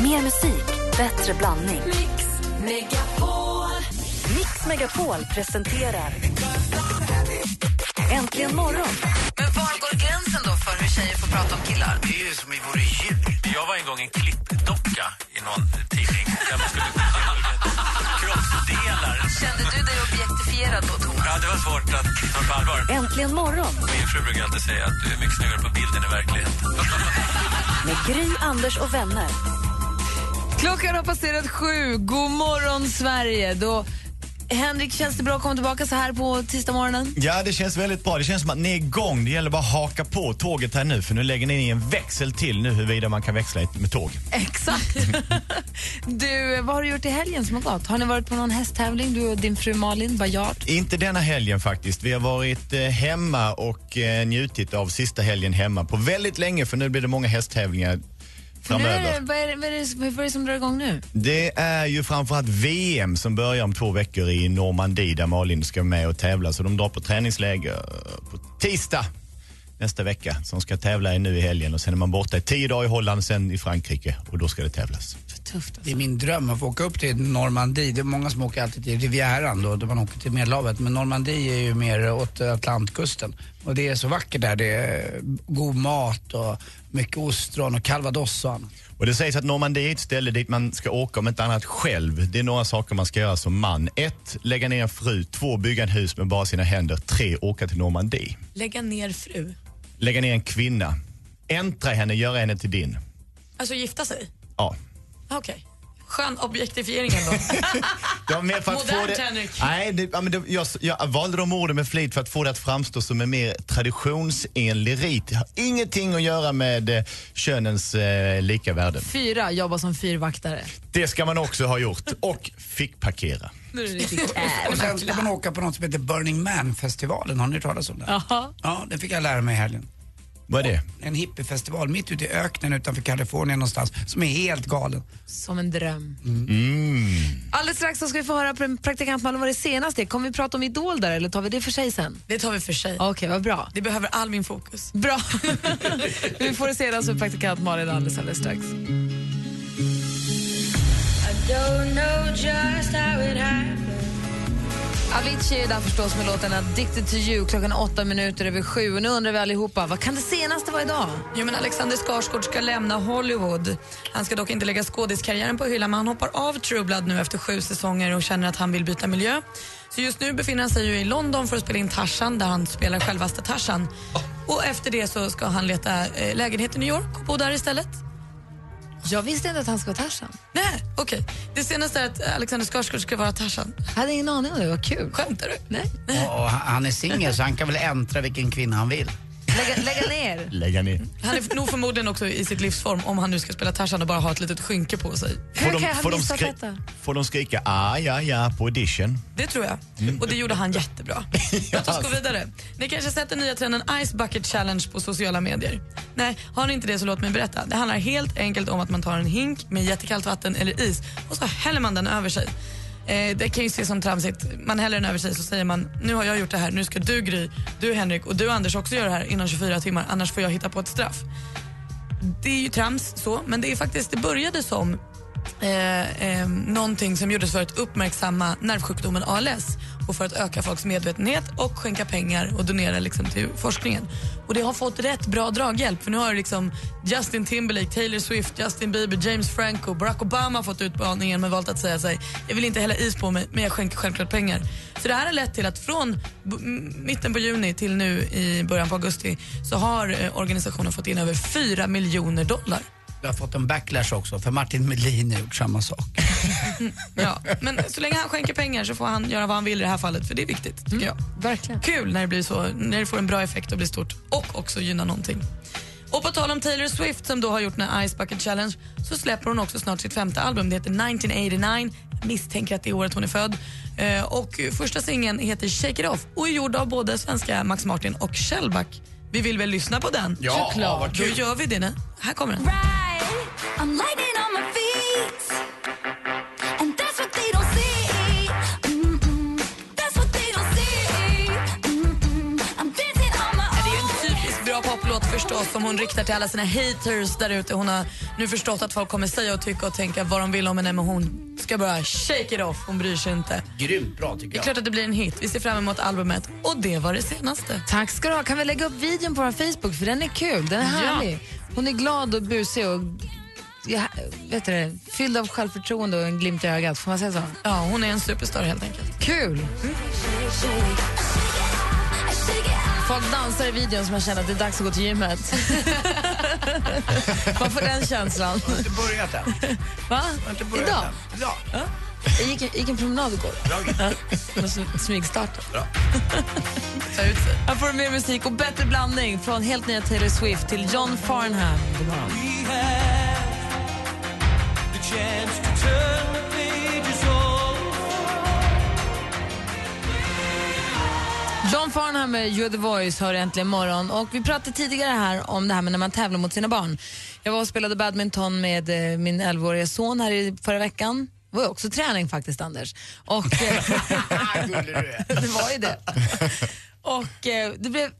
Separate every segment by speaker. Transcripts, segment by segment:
Speaker 1: Mer musik, bättre blandning. Mix Megapol. Mix Megapol presenterar Äntligen morgon.
Speaker 2: Men var går gränsen då för hur tjejer får prata om killar?
Speaker 3: Det är som i våra djur. Jag var en gång en klippdocka i någon tidning där man skulle kroppsdelar.
Speaker 2: Kände du dig objektifierad då, Thomas?
Speaker 3: Ja, det var svårt att ta på allvar.
Speaker 1: Äntligen morgon
Speaker 3: Min fru brukar alltid säga att du är mycket snyggare på bilden i verkligheten.
Speaker 1: med Gry, Anders och vänner.
Speaker 2: Klockan har passerat sju. God morgon, Sverige. Då, Henrik, känns det bra att komma tillbaka så här på tisdag morgonen?
Speaker 4: Ja, det känns väldigt bra. Det känns som att ni är igång. Det gäller bara att haka på tåget här nu för nu lägger ni in en växel till nu huruvida man kan växla ett- med tåg.
Speaker 2: Exakt. du, vad har du gjort i helgen som har gått? Har ni varit på någon hästtävling, du och din fru Malin Bajard?
Speaker 4: Inte denna helgen faktiskt. Vi har varit eh, hemma och eh, njutit av sista helgen hemma på väldigt länge för nu blir det många hästtävlingar
Speaker 2: Nu är
Speaker 4: framöver.
Speaker 2: det, vad, är det, vad, är det, vad är det som drar igång nu?
Speaker 4: Det är ju framförallt VM som börjar om två veckor i Normandie där Malin ska med och tävla. Så de drar på träningsläger eh, på tisdag nästa vecka. Så de ska tävla nu i helgen och sen är man borta i tio dagar i Holland, sen i Frankrike och då ska det tävlas.
Speaker 2: Tufft.
Speaker 5: Det är min dröm att få åka upp till Normandie. Det är många som åker alltid till Rivieran då, där man åker till Medelhavet. Men Normandie är ju mer åt Atlantkusten. Och det är så vackert där. Det är god mat och mycket ostron och calvados och annat.
Speaker 4: Och det sägs att Normandie är ett ställe dit man ska åka om inte annat själv. Det är några saker man ska göra som man. Ett, lägga ner en fru. Två, bygga ett hus med bara sina händer. Tre, åka till Normandie.
Speaker 6: Lägga ner fru?
Speaker 4: Lägga ner en kvinna. Äntra henne, göra henne till din.
Speaker 6: Alltså gifta sig?
Speaker 4: Ja.
Speaker 6: Ah, Okej. Skön objektifiering ändå.
Speaker 4: Det var mer för att få
Speaker 6: Modernt,
Speaker 4: det...
Speaker 6: Henrik.
Speaker 4: Nej, det, ja, men det, jag, jag valde de orden med flit för att få det att framstå som en mer traditionsenlig rit. Det har ingenting att göra med eh, könens eh, lika värde.
Speaker 2: Fyra, jobba som fyrvaktare.
Speaker 4: Det ska man också ha gjort. Och fick parkera.
Speaker 2: Nu är det riktigt
Speaker 5: Och sen ska man åka på något som heter Burning Man-festivalen. Har ni hört talas om det?
Speaker 2: Jaha.
Speaker 5: Ja, det fick jag lära mig i helgen.
Speaker 4: Vad är det?
Speaker 5: En hippiefestival mitt ute i öknen utanför Kalifornien någonstans som är helt galen.
Speaker 2: Som en dröm. Alldeles strax så ska vi få höra pra- praktikant Malin vad det senaste är. Kommer vi prata om Idol där eller tar vi det för sig sen?
Speaker 6: Det tar vi för sig.
Speaker 2: Okej, vad bra.
Speaker 6: Det behöver all min fokus.
Speaker 2: Bra. vi får det senaste med praktikant Malin alldeles, alldeles strax. Avicii är där förstås med låten Addicted to you klockan åtta minuter över sju. Och nu undrar vi allihopa, vad kan det senaste vara idag?
Speaker 6: Jo, men Alexander Skarsgård ska lämna Hollywood. Han ska dock inte lägga skådiskarriären på hyllan men han hoppar av True Blood nu efter sju säsonger och känner att han vill byta miljö. Så just nu befinner han sig ju i London för att spela in Tarzan där han spelar självaste Tarzan. Och efter det så ska han leta eh, lägenhet i New York och bo där istället.
Speaker 2: Jag visste inte att han ska vara Tarzan.
Speaker 6: Nej, okej. Det senaste är att Alexander Skarsgård ska vara Tarzan.
Speaker 2: Jag hade ingen aning om det, vad kul.
Speaker 6: Skämtar du?
Speaker 2: Nej.
Speaker 5: Och han han är singel så han kan väl äntra vilken kvinna han vill.
Speaker 2: Lägga, lägga ner.
Speaker 4: Lägga ner.
Speaker 6: Han är nog förmodligen också i sitt livsform om han nu ska spela Tarzan och bara ha ett litet skynke på sig.
Speaker 2: Hur kan jag ha
Speaker 4: får, de
Speaker 2: missat
Speaker 4: skri-
Speaker 2: detta?
Speaker 4: får de skrika ah, ja, ja på audition?
Speaker 6: Det tror jag. Och det gjorde han jättebra. Låt oss gå
Speaker 4: alltså.
Speaker 6: vidare. Ni kanske har sett den nya trenden Ice Bucket Challenge på sociala medier? Nej, har ni inte det så låt mig berätta. Det handlar helt enkelt om att man tar en hink med jättekallt vatten eller is och så häller man den över sig. Eh, det kan ju ses som tramsigt. Man häller den över sig så säger man nu har jag gjort det här, nu ska du Gry, du Henrik och du Anders också göra det här inom 24 timmar annars får jag hitta på ett straff. det är ju trams så, men det är faktiskt, det började som eh, eh, någonting som gjordes för att uppmärksamma nervsjukdomen ALS och för att öka folks medvetenhet och skänka pengar och donera liksom till forskningen. Och det har fått rätt bra draghjälp för nu har liksom Justin Timberlake, Taylor Swift, Justin Bieber, James Franco, Barack Obama fått ut baningen men valt att säga sig jag vill inte hälla is på mig men jag skänker självklart pengar. Så det här har lett till att från b- m- mitten på juni till nu i början på augusti så har eh, organisationen fått in över 4 miljoner dollar.
Speaker 5: Du har fått en backlash också för Martin Melin har gjort samma sak.
Speaker 6: Ja, men så länge han skänker pengar så får han göra vad han vill i det här fallet för det är viktigt tycker jag.
Speaker 2: Verkligen.
Speaker 6: Kul när det, blir så, när det får en bra effekt och blir stort och också gynnar någonting. Och på tal om Taylor Swift som då har gjort den här Ice Bucket Challenge så släpper hon också snart sitt femte album. Det heter 1989. Jag misstänker att det är året hon är född. Eh, Och första singeln heter Shake It Off och är gjord av både svenska Max Martin och Shellback. Vi vill väl lyssna på den?
Speaker 5: Ja, Såklart. vad kul.
Speaker 6: Då gör vi det nu. Här kommer den.
Speaker 7: I'm lightning on my feet, and that's what they don't see. Mm-mm. That's what they don't see. Mm-mm. I'm dancing on my
Speaker 6: Det är
Speaker 7: own.
Speaker 6: en typisk bra poplåt förstås som hon riktar till alla sina haters där ute. Hon har nu förstått att folk kommer säga och tycka och tänka vad de vill om henne men hon ska bara shake it off, hon bryr sig inte.
Speaker 5: Grymt bra tycker
Speaker 6: Det är
Speaker 5: jag.
Speaker 6: klart att det blir en hit. Vi ser fram emot albumet och det var det senaste.
Speaker 2: Tack ska du ha. Kan vi lägga upp videon på vår Facebook? För den är kul, den är härlig. Hon är glad och busig och ja, vet du det, fylld av självförtroende och en glimt i ögat. Får man säga så?
Speaker 6: Ja, hon är en superstar helt enkelt.
Speaker 2: Kul! Folk dansar i videon som man känner att det är dags att gå till gymmet. man får den känslan.
Speaker 5: Har inte börjat än.
Speaker 2: Va?
Speaker 5: Har inte börjat
Speaker 2: Idag?
Speaker 5: än. Idag.
Speaker 2: Jag gick, gick en promenad igår. Ja, Smygstarten.
Speaker 6: Ta ut sig.
Speaker 2: Här får du mer musik och bättre blandning från helt nya Taylor Swift till John Farnham. God morgon. John Farnham med You're the voice hör äntligen morgon. Och vi pratade tidigare här om det här med när man tävlar mot sina barn. Jag var och spelade badminton med eh, min 11-åriga son här i förra veckan. Det var ju också träning faktiskt, Anders. Och, eh, det var ju det. Och eh, det blev 1-1.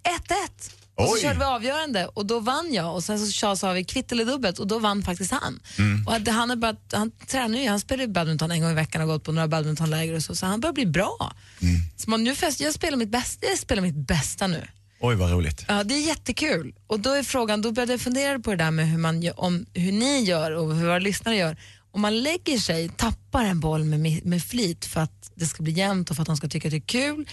Speaker 2: Och så
Speaker 4: Oj.
Speaker 2: körde vi avgörande och då vann jag och sen så sa- sa vi kvitt eller dubbelt och då vann faktiskt han. Och att han, är bara, han tränar ju, han spelar ju badminton en gång i veckan och har gått på några badmintonläger och så, så han börjar bli bra. Så man, nu fest, jag, spelar mitt bästa, jag spelar mitt bästa nu.
Speaker 4: Oj, vad roligt.
Speaker 2: Ja, det är jättekul. Och då är frågan, då började jag fundera på det där med hur, man, gör- om, hur ni gör och hur våra lyssnare gör. Om man lägger sig, tappar en boll med, mi- med flit för att det ska bli jämnt och för att de ska tycka att det är kul,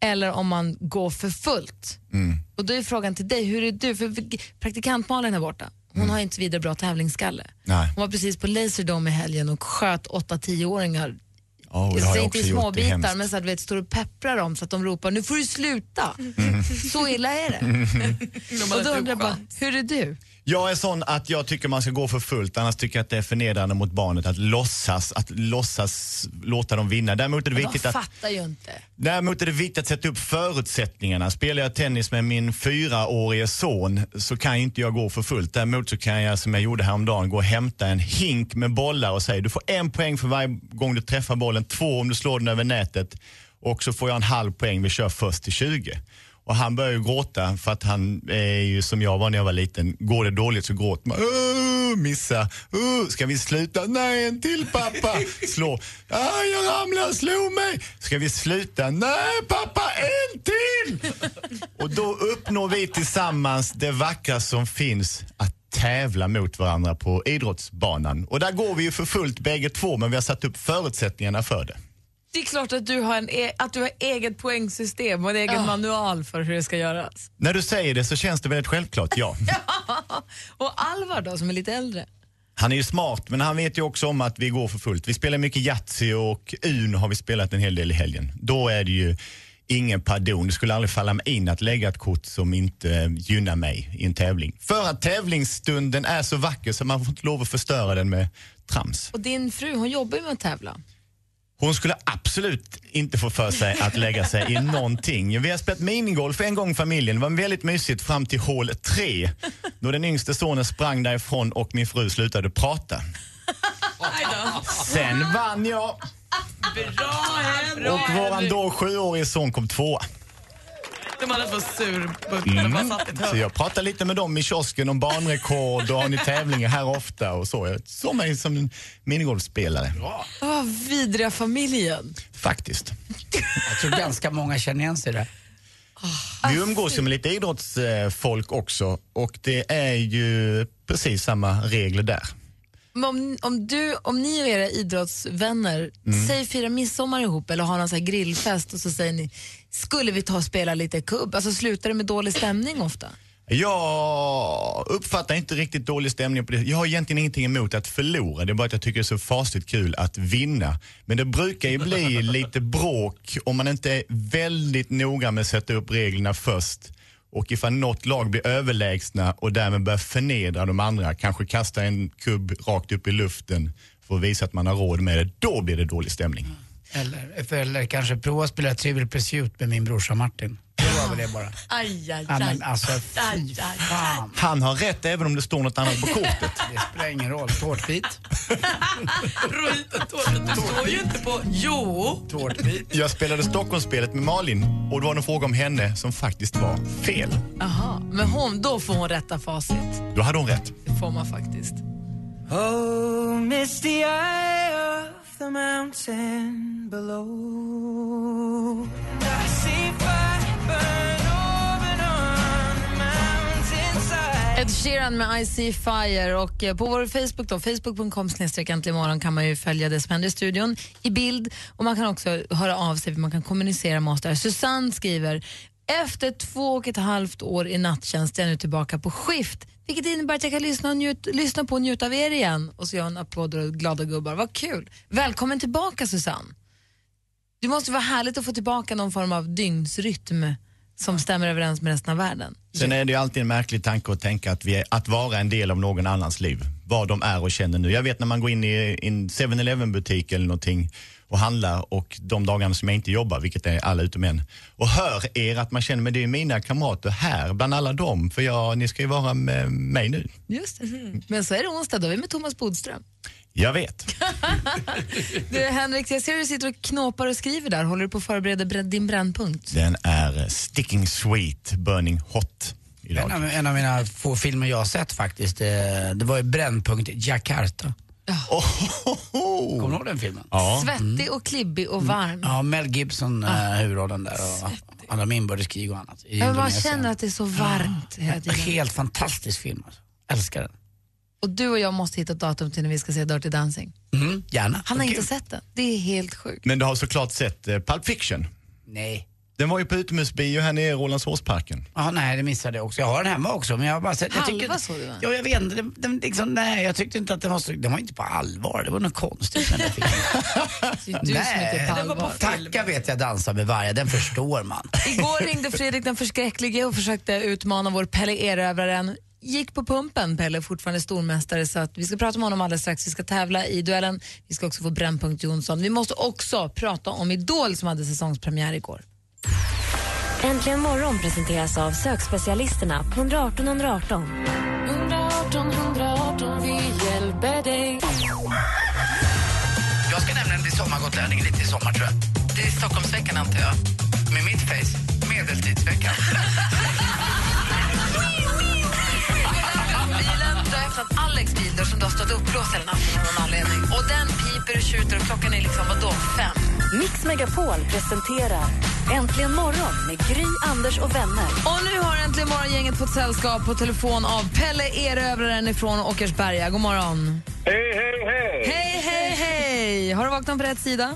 Speaker 2: eller om man går för fullt.
Speaker 4: Mm.
Speaker 2: Och då är frågan till dig, hur är du? För praktikant Malin här borta, hon har inte så vidare bra tävlingsskalle.
Speaker 4: Mm. Nej.
Speaker 2: Hon var precis på Laserdome i helgen och sköt 8-10-åringar
Speaker 4: Oh, det
Speaker 2: jag
Speaker 4: har
Speaker 2: säger
Speaker 4: jag
Speaker 2: inte
Speaker 4: också
Speaker 2: i
Speaker 4: gjort. Det är
Speaker 2: småbitar,
Speaker 4: hemskt.
Speaker 2: men så att, du vet, står och pepprar dem så att de ropar nu får du sluta.
Speaker 4: Mm.
Speaker 2: Så illa är det. och då undrar jag bara, hur är du?
Speaker 4: Jag är sån att jag tycker man ska gå för fullt, annars tycker jag att det är förnedrande mot barnet att låtsas, att låtsas låta dem vinna. Däremot är det
Speaker 2: De
Speaker 4: viktigt att
Speaker 2: fattar ju inte.
Speaker 4: Däremot är det viktigt att sätta upp förutsättningarna. Spelar jag tennis med min fyraårige son så kan ju inte jag gå för fullt. Däremot så kan jag, som jag gjorde häromdagen, gå och hämta en hink med bollar och säga du får en poäng för varje gång du träffar bollen, två om du slår den över nätet och så får jag en halv poäng, vi kör först till 20. Och han börjar ju gråta för att han är ju som jag var när jag var liten. Går det dåligt så gråter man. "Åh, Uh, Missa, Åh, ska vi sluta? Nej, en till pappa. Slå. "Ah, jag ramlade, slog mig. Ska vi sluta? Nej pappa, en till. Och då uppnår vi tillsammans det vackra som finns att tävla mot varandra på idrottsbanan. Och där går vi ju för fullt bägge två men vi har satt upp förutsättningarna för det.
Speaker 2: Det är klart att du har, en e- att du har eget poängsystem och en egen manual för hur det ska göras.
Speaker 4: När du säger det så känns det väldigt självklart, ja.
Speaker 2: Och Alvar då, som är lite äldre?
Speaker 4: Han är ju smart, men han vet ju också om att vi går för fullt. Vi spelar mycket Yatzy och Uno har vi spelat en hel del i helgen. Då är det ju ingen pardon. Det skulle aldrig falla mig in att lägga ett kort som inte eh, gynnar mig i en tävling. För att tävlingsstunden är så vacker så man får inte lov att förstöra den med trams.
Speaker 2: Och din fru, hon jobbar ju med att tävla.
Speaker 4: Hon skulle absolut inte få för sig att lägga sig i någonting. Vi har spelat minigolf en gång i familjen. Det var väldigt mysigt fram till hål tre. Då den yngste sonen sprang därifrån och min fru slutade prata. Sen vann jag. Och våran då sjuårige son kom tvåa. Mm.
Speaker 6: De alla två surbultar och bara satt i ett
Speaker 4: Så
Speaker 6: hörn.
Speaker 4: jag pratar lite med dem i kiosken om banrekord och har ni tävlingar här ofta och så. Jag såg mig som en minigolfspelare,
Speaker 2: Åh, vidriga familjen.
Speaker 4: faktiskt.
Speaker 5: Jag tror ganska många känner igen sig där.
Speaker 4: Vi umgås ju med lite idrottsfolk också och det är ju precis samma regler där.
Speaker 2: Men om, om, du, om ni och era idrottsvänner, säg fira midsommar ihop eller har någon så här grillfest och så säger ni, skulle vi ta och spela lite kubb? Alltså slutar det med dålig stämning ofta?
Speaker 4: Jag uppfattar inte riktigt dålig stämning på det. Jag har egentligen ingenting emot att förlora. Det är bara att jag tycker det är så fasligt kul att vinna. Men det brukar ju bli lite bråk om man inte är väldigt noga med att sätta upp reglerna först. Och ifall något lag blir överlägsna och därmed börjar förnedra de andra, kanske kasta en kubb rakt upp i luften för att visa att man har råd med det, då blir det dålig stämning.
Speaker 5: Eller, eller kanske prova att spela Trivial Pursuit med min brorsa Martin. Prova väl det bara.
Speaker 6: Aj, aj,
Speaker 5: Ja,
Speaker 6: aj.
Speaker 5: men alltså fy
Speaker 6: aj, aj.
Speaker 5: fan.
Speaker 4: Han har rätt även om det står något annat på kortet.
Speaker 5: Det spelar ingen roll. Tårtbit.
Speaker 6: Tårtbiten, tårtbiten. Du står ju inte på... Jo!
Speaker 5: Tårtbit.
Speaker 4: Jag spelade Stockholmsspelet med Malin och det var en fråga om henne som faktiskt var fel.
Speaker 2: Aha. men hon, då får hon rätta facit.
Speaker 4: Då hade hon rätt.
Speaker 2: Det får man faktiskt.
Speaker 8: Oh, misty eye of the mountain below. I see fire burn over and on the mountainside.
Speaker 2: Ed Sheeran med I See Fire och eh, på vår Facebook då, facebook.com snedstreck äntligen morgon kan man ju följa det som händer i studion i bild och man kan också höra av sig, man kan kommunicera med oss där. Susanne skriver, efter två och ett halvt år i nattjänst är jag nu tillbaka på skift vilket innebär att jag kan lyssna, och njut, lyssna på och njuta av er igen. Och så gör hon applåder och glada gubbar. Vad kul! Välkommen tillbaka Susanne. Det måste vara härligt att få tillbaka någon form av dygnsrytm som stämmer överens med resten av världen.
Speaker 4: Sen är det ju alltid en märklig tanke att tänka att, vi är, att vara en del av någon annans liv. Vad de är och känner nu. Jag vet när man går in i i en 7-Eleven butik eller någonting och handlar och de dagarna som jag inte jobbar, vilket är alla utom en, och hör er att man känner, men det är mina kamrater här bland alla dem, för jag, ni ska ju vara med mig nu.
Speaker 2: Just det. Men så är det onsdag, då är vi med Thomas Bodström.
Speaker 4: Jag vet.
Speaker 2: Du, Henrik, jag ser du sitter och knåpar och skriver där. Håller du på att förbereda br- din brännpunkt?
Speaker 4: Den är Sticking Sweet, Burning Hot
Speaker 5: En av,
Speaker 4: idag.
Speaker 5: en av mina få filmer jag har sett faktiskt, eh, det var ju Brännpunkt Jakarta.
Speaker 4: Ohohoho!
Speaker 5: Kommer du ihåg den filmen?
Speaker 4: Ja.
Speaker 2: Svettig och klibbig och varm.
Speaker 5: Ja, Mel Gibson, eh, huvudrollen där och alla om inbördeskrig och annat.
Speaker 2: Jag
Speaker 5: I
Speaker 2: bara
Speaker 5: Indonesien.
Speaker 2: känner att det är så varmt hela tiden.
Speaker 5: Helt fantastisk film alltså. Älskar den.
Speaker 2: Och du och jag måste hitta ett datum till när vi ska se Dirty Dancing.
Speaker 5: Mm, gärna.
Speaker 2: Han har inte sett den. Det är helt sjukt.
Speaker 4: Men du har såklart sett eh, Pulp Fiction.
Speaker 5: Nej.
Speaker 4: Den var ju på utomhusbio här nere i Rålambshovsparken.
Speaker 5: Ja, nej, det missade jag också. Jag har den hemma också, men jag har bara sett... Jag
Speaker 2: Halva
Speaker 5: tycker,
Speaker 2: såg du, va?
Speaker 5: Ja, jag vet inte. Den, den, liksom, nej, jag tyckte inte att den var så... Den var inte på allvar. Det var något konstigt med den där filmen.
Speaker 2: Det är du som inte är typ på allvar.
Speaker 5: Tacka vet jag dansar med varje, den förstår man.
Speaker 2: Igår ringde Fredrik den förskräcklige och försökte utmana vår Pelle Erövraren. Gick på pumpen, Pelle är fortfarande stormästare så att vi ska prata med honom alldeles strax. Vi ska tävla i duellen, vi ska också få Brännpunkt Jonsson. Vi måste också prata om Idol som hade säsongspremiär igår.
Speaker 1: Äntligen morgon presenteras av sökspecialisterna på 118 118.
Speaker 5: Jag ska nämligen bli sommargotlänning lite i sommar tror jag. Det är Stockholmsveckan antar jag. Med mitt face, medeltidsveckan.
Speaker 2: Bilen, du har öppnat Alex bil där som du har stått uppblåst hela natten av någon anledning. Och den piper och tjuter och klockan är liksom vadå, fem?
Speaker 1: Mix Megapol presenterar Äntligen morgon med Gry, Anders och vänner.
Speaker 2: Och nu har äntligen morgongänget fått sällskap på telefon av Pelle Erövraren ifrån Åkersberga. God morgon.
Speaker 9: Hej, hej, hej!
Speaker 2: Hej, hej, hej! Har du vaknat på rätt sida?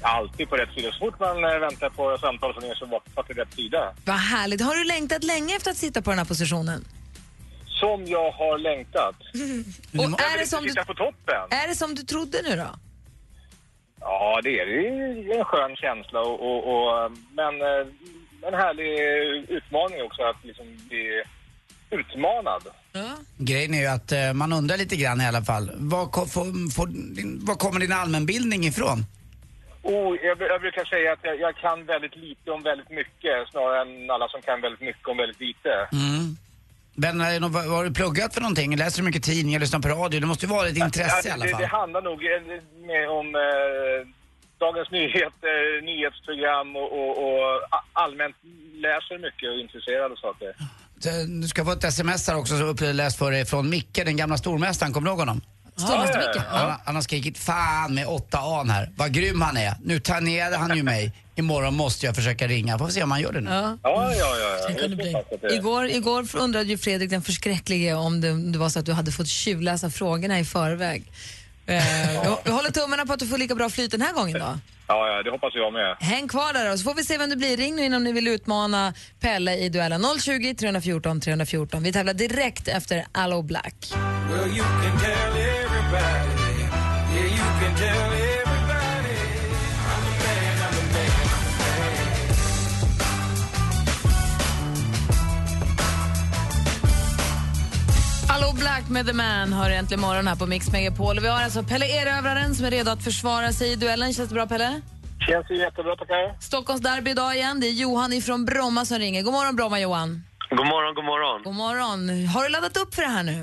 Speaker 9: Alltid på rätt sida. Så fort man eh, väntar på samtal från er så vaknar till rätt sida.
Speaker 2: Vad härligt. Har du längtat länge efter att sitta på den här positionen?
Speaker 9: Som jag har längtat.
Speaker 2: Och
Speaker 9: Jag
Speaker 2: är
Speaker 9: vill
Speaker 2: det
Speaker 9: inte
Speaker 2: som du,
Speaker 9: sitta på toppen.
Speaker 2: är det som du trodde nu då?
Speaker 9: Ja, det är, det är en skön känsla och, och, och men eh, en härlig utmaning också att liksom bli utmanad.
Speaker 5: Grejen är ju att eh, man undrar lite grann i alla fall. Var, ko- får, får, din, var kommer din allmänbildning ifrån?
Speaker 9: Och Oh, jag, jag brukar säga att jag, jag kan väldigt lite om väldigt mycket snarare än alla som kan väldigt mycket om väldigt lite.
Speaker 5: Men är det någon- vad vad har du pluggat för någonting? Läser du mycket tidningar, lyssnar på radio? Det måste ju vara ett intresse i
Speaker 9: Ja,
Speaker 5: alla
Speaker 9: det, det
Speaker 5: fall.
Speaker 9: handlar nog eh, mer om eh, Dagens Nyheter, nyhetsprogram och, och, och a- allmänt läser mycket och intresserad av saker.
Speaker 5: Eh, Du ska få ett sms här också som uppläst för dig från Micke, den gamla stormästaren. Kommer du ihåg honom?
Speaker 2: Stormästermicke?
Speaker 5: Han, han har skrikit fan med åtta an här. Vad grym han är. Nu tangerade han ju mig. Imorgon måste jag försöka ringa. Får vi se om han gör det nu.
Speaker 2: Ja.
Speaker 9: Ja, ja, ja. ja. Jag tror faktiskt att det-
Speaker 2: Igår, igår undrade ju Fredrik den förskräcklige om det, om det var så att du hade fått tjuvläsa frågorna i förväg. Eh, jag- jag håller tummarna på att du får lika bra flyt den här gången då.
Speaker 9: Ja, ja, det hoppas jag med.
Speaker 2: Häng kvar där då, så får vi se vem du blir. Ring nu in om ni vill utmana Pelle i duellen 020 314 314. Vi tävlar direkt efter Allo Black.
Speaker 8: Well, you can tell everybody. Yeah, you can tell everybody. I'm a man, I'm a man.
Speaker 2: Allo Black med The Man hör äntligen morgon här på Mix Megapol. Vi har alltså Pelle Erövraren som är redo att försvara sig i duellen. Känns det bra Pelle?
Speaker 9: Känns ju jättebra tackar.
Speaker 2: Stockholms derby idag igen. Det är Johan ifrån Bromma som ringer. God morgon Bromma Johan.
Speaker 9: God morgon, god morgon.
Speaker 2: God morgon. Har du laddat upp för det här nu?
Speaker 9: Uh,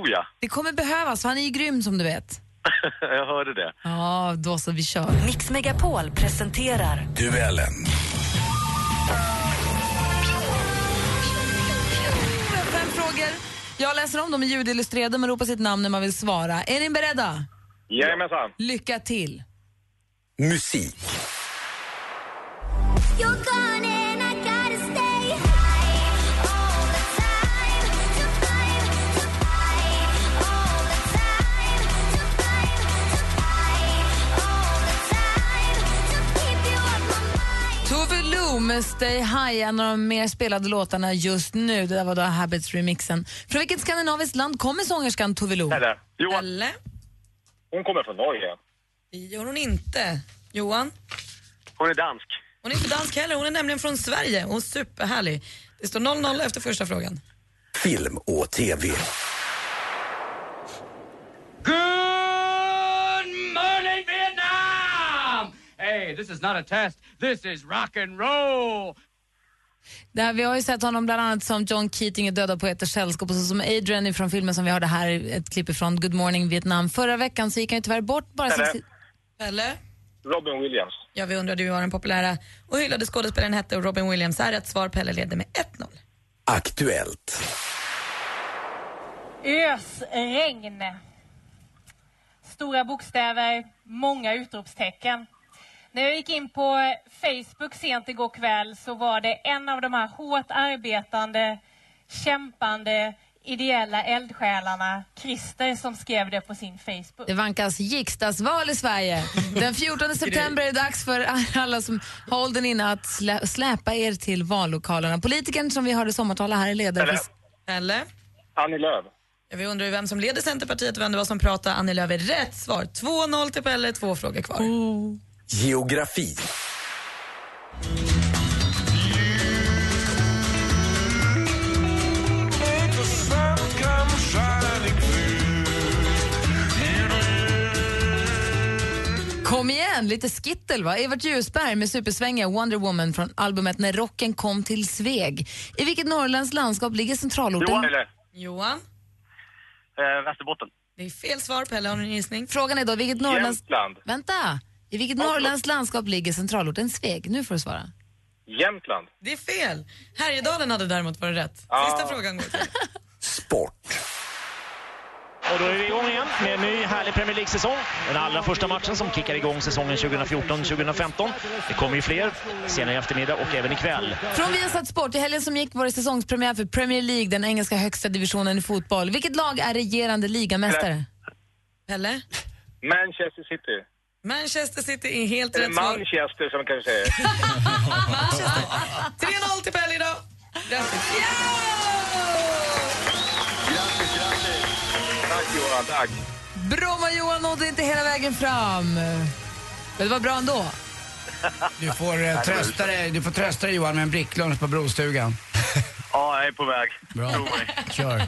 Speaker 9: oh ja,
Speaker 2: Det kommer behövas, för han är ju grym som du vet.
Speaker 9: jag hörde det.
Speaker 2: Ja, då så, vi kör.
Speaker 1: Mix Megapol presenterar
Speaker 3: Duellen.
Speaker 2: Fem frågor. Jag läser om dem i ljudillustrerade. Man ropar sitt namn när man vill svara. Är ni beredda?
Speaker 9: Jajamensan.
Speaker 2: Lycka till!
Speaker 10: Musik.
Speaker 7: You're gone and I gotta stay high all the time. To fight, to fight, all the time. To fight, to fight, all the time. To keep you on my mind.
Speaker 2: Tove Lo med Stay High, en av de mer spelade låtarna just nu. Det där var då Habits-remixen. Från vilket skandinaviskt land kommer sångerskan Tove Lo?
Speaker 9: Eller? Johan,
Speaker 6: Eller?
Speaker 9: hon kommer från Norge.
Speaker 6: Det gör hon inte. Johan?
Speaker 9: Hon är dansk.
Speaker 6: Hon är inte dansk heller, hon är nämligen från Sverige. Hon är superhärlig. Det står 0-0 efter första frågan.
Speaker 10: Film och TV.
Speaker 8: Good morning, Vietnam! Hey, this is not a test. This is rock and roll.
Speaker 2: Det här, vi har ju sett honom bland annat som John Keating i Döda poeters sällskap och så som Adrian från filmen som vi hörde här, ett klipp ifrån Good Morning Vietnam. Förra veckan så gick han ju tyvärr bort bara som...
Speaker 9: Eller?
Speaker 2: si-
Speaker 6: Eller?
Speaker 9: Robin Williams.
Speaker 6: Ja, vi undrade ju vad den populära och hyllade skådespelaren hette och Robin Williams är rätt svar. Pelle leder med 1-0.
Speaker 10: Aktuellt.
Speaker 11: Ösregn. Stora bokstäver, många utropstecken. När jag gick in på Facebook sent igår kväll så var det en av de här hårt arbetande, kämpande, ideella eldsjälarna, Christer, som skrev det på sin Facebook.
Speaker 2: Det vankas riksdagsval i Sverige. Den 14 september är det dags för alla som har åldern inne att slä, släpa er till vallokalerna. Politikern som vi hörde sommartala här är ledare för
Speaker 9: Eller?
Speaker 6: Eller?
Speaker 9: Annie Lööf.
Speaker 6: Ja, vi undrar ju vem som leder Centerpartiet och vem det var som pratade. Annie Lööf är rätt svar. 2-0 till Pelle, två frågor kvar.
Speaker 10: Geografi.
Speaker 8: The sun comes shining
Speaker 2: Kom igen, lite skittel va? Evert Ljusberg med supersvängen Wonder Woman från albumet När rocken kom till Sveg. I vilket norrländskt landskap ligger centralorten?
Speaker 9: Johan, eller?
Speaker 6: Johan?
Speaker 9: Eh, Västerbotten.
Speaker 6: Det är fel svar. Pelle, har ni en gissning?
Speaker 2: Frågan är då, vilket norrländskt...
Speaker 9: Jämtland.
Speaker 2: Vänta! I vilket norrländskt landskap ligger centralorten Sveg? Nu får du svara.
Speaker 9: Jämtland.
Speaker 6: Det är fel. Härjedalen hade däremot varit rätt. Sista frågan går till.
Speaker 10: Sport.
Speaker 12: Och då är vi igång igen med en ny härlig Premier League-säsong. Den allra första matchen som kickar igång säsongen 2014-2015. Det kommer ju fler senare i eftermiddag och även ikväll.
Speaker 2: Från Viasat Sport, i helgen som gick var det säsongspremiär för Premier League, den engelska högsta divisionen i fotboll. Vilket lag är regerande ligamästare?
Speaker 6: Pelle?
Speaker 9: Manchester City.
Speaker 6: Manchester City är helt
Speaker 9: Eller
Speaker 6: rätt svar.
Speaker 9: Manchester som man kanske säger.
Speaker 6: 3-0 till Pelle idag. Grattis.
Speaker 9: Grattis, grattis. Tack Johan, tack.
Speaker 2: Bromma-Johan nådde inte hela vägen fram. Men det var bra ändå.
Speaker 5: Du får, eh, trösta dig, du får trösta dig Johan med en bricklunch på Brostugan.
Speaker 9: Ja, jag är på väg.
Speaker 5: Bra. Kör.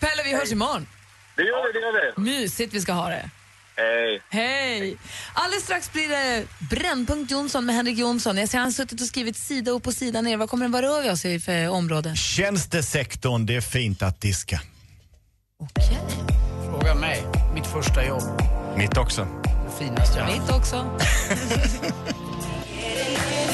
Speaker 2: Pelle, vi hörs imorgon.
Speaker 9: Det gör vi, det gör vi.
Speaker 2: Mysigt vi ska ha det.
Speaker 9: Hej.
Speaker 2: Hej! Alldeles strax blir det Brännpunkt Jonsson med Henrik Jonsson. Jag ser han har suttit och skrivit sida upp och sida ner. Vad kommer det vara rör vi oss i för område?
Speaker 4: Tjänstesektorn, det är fint att diska.
Speaker 2: Okej.
Speaker 5: Fråga mig. Mitt första jobb.
Speaker 4: Mitt också.
Speaker 5: Det finaste jag har haft.
Speaker 2: Mitt också.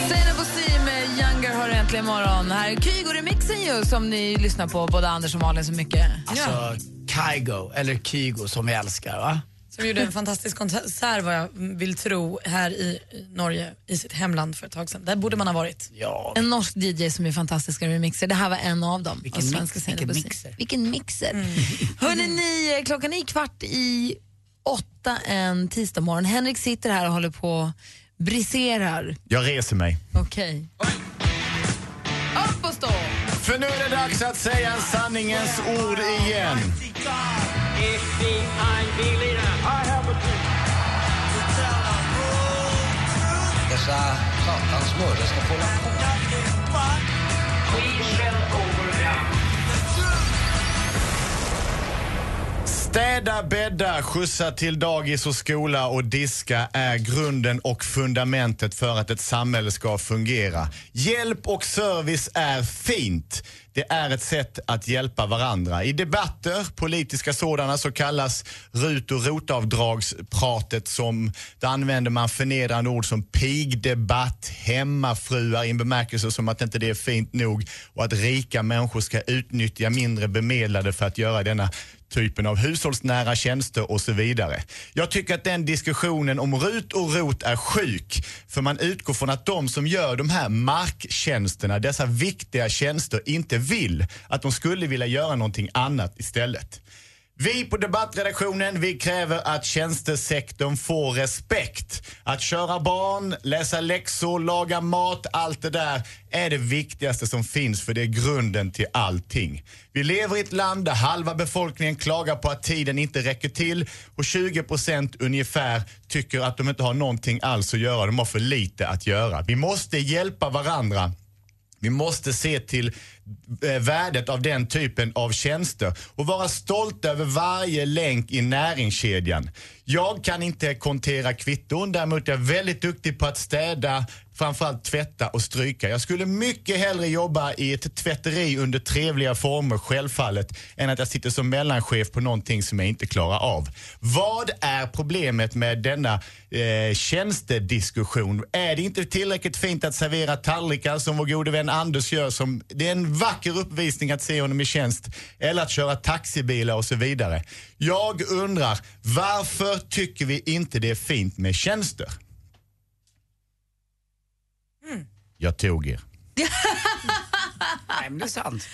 Speaker 2: Zainab Bosi med Younger har du äntligen imorgon. Här är Kygo-remixen ju som ni lyssnar på, både Anders och Malin så mycket.
Speaker 5: Alltså, Kygo, eller Kygo som jag älskar va?
Speaker 6: Som gjorde en fantastisk konsert vad jag vill tro här i Norge, i sitt hemland för ett tag sedan. Där borde man ha varit.
Speaker 5: Ja,
Speaker 2: En norsk DJ som är fantastiska remixer. Det här var en av dem.
Speaker 5: Vilken
Speaker 2: av
Speaker 5: mix-
Speaker 2: svenska Zainab
Speaker 5: vilken
Speaker 2: Bosi.
Speaker 5: mixer.
Speaker 2: Vilken mixer. Mm. Hörrni, ni, eh, klockan är kvart i åtta en tisdag morgon. Henrik sitter här och håller på och briserar.
Speaker 4: Jag reser mig.
Speaker 2: Okej. Upp och stå!
Speaker 4: För nu är det dags att säga sanningens ord igen.
Speaker 5: dessa satans mördare ska få hålla på.
Speaker 4: Städa, bädda, skjutsa till dagis och skola och diska är grunden och fundamentet för att ett samhälle ska fungera. Hjälp och service är fint. Det är ett sätt att hjälpa varandra. I debatter, politiska sådana, så kallas RUT och rotavdragspratet som, där använder man förnedrande ord som pigdebatt, hemmafruar i en bemärkelse som att inte det är fint nog och att rika människor ska utnyttja mindre bemedlade för att göra denna typen av hushållsnära tjänster och så vidare. Jag tycker att den diskussionen om RUT och ROT är sjuk. För man utgår från att de som gör de här marktjänsterna, dessa viktiga tjänster, inte vill. Att de skulle vilja göra någonting annat istället. Vi på debattredaktionen vi kräver att tjänstesektorn får respekt. Att köra barn, läsa läxor, laga mat, allt det där är det viktigaste som finns för det är grunden till allting. Vi lever i ett land där halva befolkningen klagar på att tiden inte räcker till och 20% ungefär tycker att de inte har någonting alls att göra. De har för lite att göra. Vi måste hjälpa varandra vi måste se till eh, värdet av den typen av tjänster och vara stolta över varje länk i näringskedjan. Jag kan inte kontera kvitton, däremot är jag väldigt duktig på att städa, framförallt tvätta och stryka. Jag skulle mycket hellre jobba i ett tvätteri under trevliga former, självfallet, än att jag sitter som mellanchef på någonting som jag inte klarar av. Vad är problemet med denna eh, tjänstediskussion? Är det inte tillräckligt fint att servera tallrikar som vår gode vän Anders gör? Som, det är en vacker uppvisning att se honom i tjänst. Eller att köra taxibilar och så vidare. Jag undrar, varför tycker vi inte det är fint med tjänster? Jag tog er.
Speaker 5: Nej, men det är sant.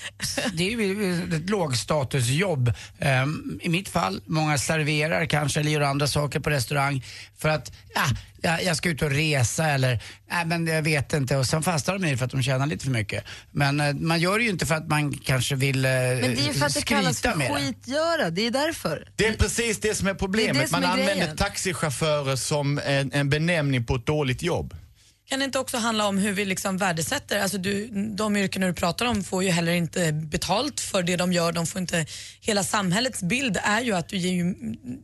Speaker 5: Det är ju ett lågstatusjobb. Ehm, I mitt fall, många serverar kanske eller gör andra saker på restaurang för att ah, jag, jag ska ut och resa eller nej men jag vet inte och sen fastnar de i det för att de tjänar lite för mycket. Men eh, man gör det ju inte för att man kanske vill eh,
Speaker 2: Men det är ju för att det kallas för skitgöra, det är därför.
Speaker 4: Det är precis det som är problemet.
Speaker 2: Det är det som
Speaker 4: Man
Speaker 2: är
Speaker 4: använder
Speaker 2: grejen.
Speaker 4: taxichaufförer som en, en benämning på ett dåligt jobb.
Speaker 6: Kan det inte också handla om hur vi liksom värdesätter, alltså du, de yrken du pratar om får ju heller inte betalt för det de gör, de får inte, hela samhällets bild är ju att du ger ju,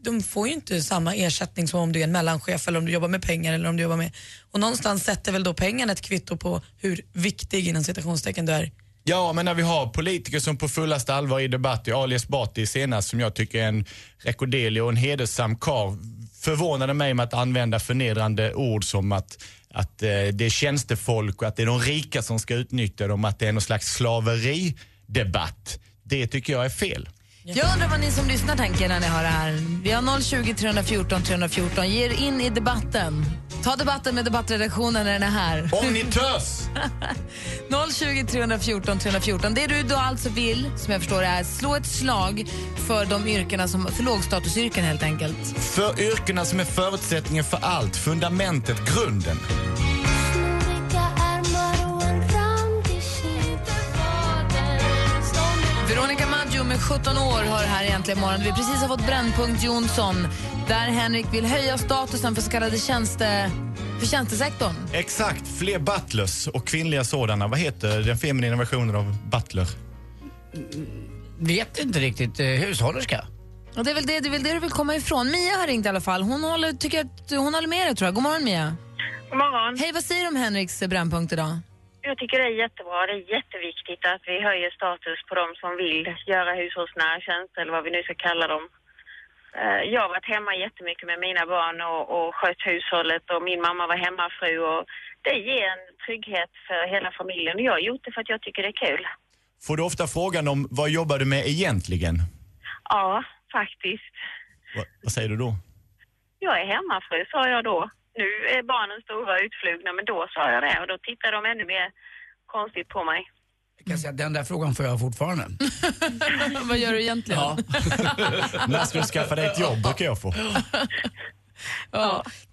Speaker 6: de får ju inte samma ersättning som om du är en mellanchef eller om du jobbar med pengar eller om du jobbar med, och någonstans sätter väl då pengarna ett kvitto på hur viktig inom citationstecken du är.
Speaker 4: Ja, men när vi har politiker som på fullaste allvar i debatt, i Ali Esbati senast, som jag tycker är en rekorderlig och en hedersam karl, förvånade mig med att använda förnedrande ord som att, att eh, det är tjänstefolk och att det är de rika som ska utnyttja dem, att det är någon slags slaveridebatt. Det tycker jag är fel.
Speaker 2: Jag undrar vad ni som lyssnar tänker när ni hör det här. Vi har 020 314 314. Ge er in i debatten. Ta debatten med debattredaktionen när den är här.
Speaker 4: Om ni tös!
Speaker 2: 020 314 314. Det du då alltså vill, som jag förstår är slå ett slag för de yrkena som, för lågstatusyrken helt enkelt.
Speaker 4: För yrkena som är förutsättningen för allt, fundamentet, grunden.
Speaker 2: Veronica Maggio med 17 år har här egentligen imorgon. Vi har precis har fått Brännpunkt Jonsson där Henrik vill höja statusen för så kallade tjänste, för tjänstesektorn.
Speaker 4: Exakt, fler butlers och kvinnliga sådana. Vad heter den feminina versionen av butler?
Speaker 5: Vet inte riktigt. eh, Hushållerska.
Speaker 2: Och det är väl det, det, är väl det du vill komma ifrån. Mia har ringt i alla fall. Hon håller, tycker att, hon håller med dig tror jag. God morgon Mia.
Speaker 13: God morgon.
Speaker 2: Hej, vad säger du om Henriks Brännpunkt idag?
Speaker 13: Jag tycker det är jättebra. Det är jätteviktigt att vi höjer status på de som vill göra hushållsnära tjänster eller vad vi nu ska kalla dem. Eh, Jag har varit hemma jättemycket med mina barn och, och skött hushållet och min mamma var hemmafru och det ger en trygghet för hela familjen och jag har gjort det för att jag tycker det är kul.
Speaker 4: Får du ofta frågan om vad jobbar du med egentligen?
Speaker 13: Ja, faktiskt.
Speaker 4: Va, vad säger du då?
Speaker 13: Jag är hemmafru, sa jag då. Nu är barnen stora och utflugna, men då sa jag det och då tittade de ännu mer konstigt på mig.
Speaker 5: Jag
Speaker 2: Mm.
Speaker 5: kan säga att den där frågan får jag fortfarande.
Speaker 2: Vad gör du egentligen? Ja.
Speaker 4: När ska du skaffa dig ett jobb brukar jag få.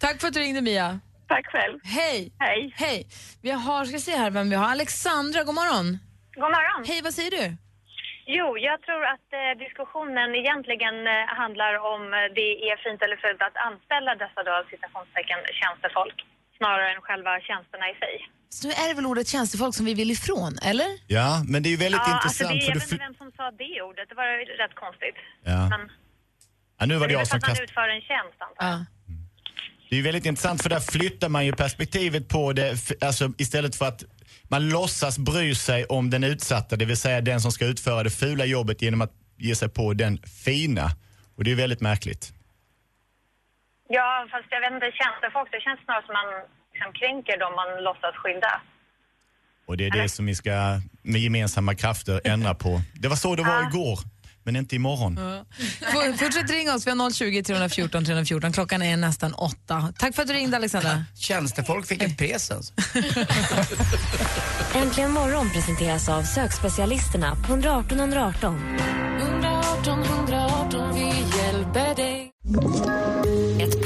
Speaker 2: Tack för att du ringde Mia.
Speaker 13: Tack själv.
Speaker 2: Hej.
Speaker 13: Hej.
Speaker 2: Hej. Vi har, ska se här vem vi har. Alexandra, god morgon.
Speaker 13: God morgon.
Speaker 2: Hej, vad säger du?
Speaker 13: Jo, jag tror att eh, diskussionen egentligen eh, handlar om eh, det är fint eller fult att anställa dessa då, citationstecken, tjänstefolk snarare än själva tjänsterna i sig.
Speaker 2: Så nu är det väl ordet tjänstefolk som vi vill ifrån, eller?
Speaker 4: Ja, men det är ju väldigt
Speaker 13: ja,
Speaker 4: intressant.
Speaker 13: Alltså det, jag vet
Speaker 4: för du
Speaker 13: inte vem som sa det ordet, det var rätt konstigt.
Speaker 4: Ja.
Speaker 13: Men,
Speaker 4: Ja, nu var det
Speaker 13: är väl
Speaker 4: jag
Speaker 13: för
Speaker 4: som
Speaker 13: att han
Speaker 4: kastade.
Speaker 13: utför en tjänst antar jag.
Speaker 4: Det är ju väldigt intressant för där flyttar man ju perspektivet på det, f- alltså istället för att man låtsas bry sig om den utsatta, det vill säga den som ska utföra det fula jobbet genom att ge sig på den fina. Och det är ju väldigt märkligt.
Speaker 13: Ja, fast jag vet inte, tjänstefolk, det känns snarare som man liksom kränker dem man låtsas skydda.
Speaker 4: Och det är det som vi ska med gemensamma krafter ändra på. Det var så det var igår, men inte imorgon.
Speaker 2: F- Fortsätt ringa oss, vi har 020 314 314. Klockan är nästan åtta. Tack för att du ringde Alexandra.
Speaker 5: Tjänstefolk fick ett alltså. presens.
Speaker 1: Äntligen morgon presenteras av sökspecialisterna på 118 118.
Speaker 14: 118 118, vi hjälper dig.
Speaker 15: Ett